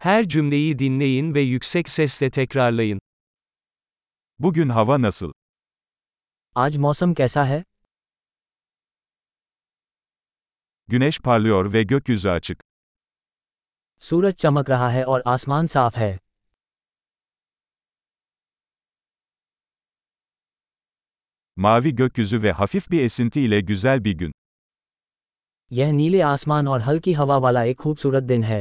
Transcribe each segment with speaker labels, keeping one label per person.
Speaker 1: Her cümleyi dinleyin ve yüksek sesle tekrarlayın.
Speaker 2: Bugün hava nasıl?
Speaker 3: आज मौसम कैसा है
Speaker 2: Güneş parlıyor ve gökyüzü açık.
Speaker 3: सूरज चमक रहा है और आसमान साफ है
Speaker 2: Mavi gökyüzü ve hafif bir esinti ile güzel bir gün.
Speaker 3: यह नीले आसमान और हल्की हवा वाला एक खूबसूरत दिन है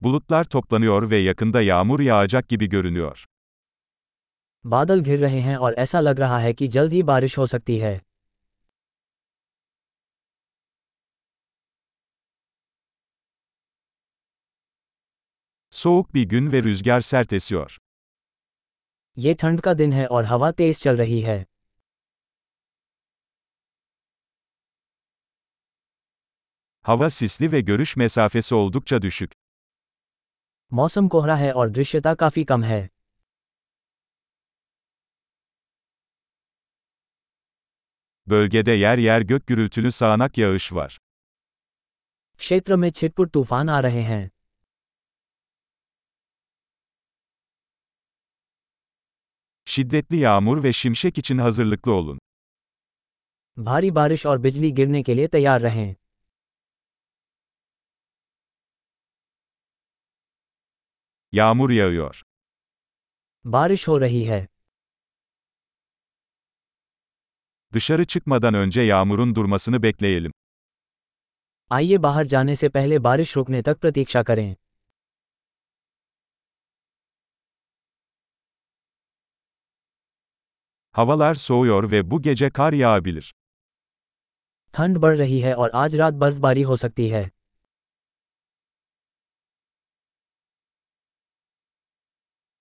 Speaker 2: Bulutlar toplanıyor ve yakında yağmur yağacak gibi görünüyor.
Speaker 3: बादल घिर रहे हैं और ऐसा लग रहा है कि जल्द ही बारिश हो सकती है
Speaker 2: Soğuk bir gün ve rüzgar sert esiyor.
Speaker 3: ये ठंड का दिन है और हवा तेज चल रही है
Speaker 2: Hava sisli ve görüş mesafesi oldukça düşük.
Speaker 3: मौसम कोहरा है और दृश्यता काफ़ी कम है
Speaker 2: Bölgede yer yer gök gürültülü sağanak yağış var.
Speaker 3: क्षेत्र में छिटपुट तूफान आ रहे हैं
Speaker 2: Şiddetli yağmur ve şimşek için hazırlıklı olun.
Speaker 3: भारी बारिश और बिजली गिरने के लिए तैयार रहें
Speaker 2: Yağmur yağıyor.
Speaker 3: बारिश हो रही है
Speaker 2: Dışarı çıkmadan önce yağmurun durmasını bekleyelim.
Speaker 3: आइए बाहर जाने से पहले बारिश रुकने तक प्रतीक्षा करें
Speaker 2: Havalar soğuyor ve bu gece kar yağabilir.
Speaker 3: ठंड बढ़ रही है और आज रात बर्फबारी हो सकती है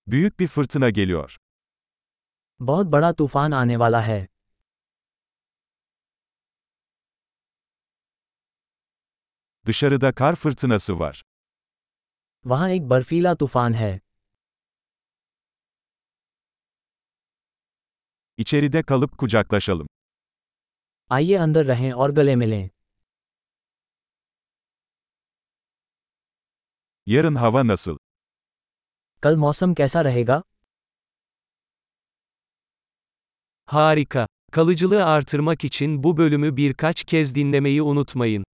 Speaker 2: Büyük bir fırtına geliyor.
Speaker 3: बहुत बड़ा तूफान आने वाला है
Speaker 2: Dışarıda kar fırtınası var.
Speaker 3: वहाँ एक बर्फीला तूफान है
Speaker 2: İçeride kalıp kucaklaşalım.
Speaker 3: आइए अंदर रहें और गले मिलें
Speaker 2: Yarın hava nasıl?
Speaker 3: कल मौसम कैसा रहेगा
Speaker 1: Harika. Kalıcılığı artırmak için bu bölümü birkaç kez dinlemeyi unutmayın.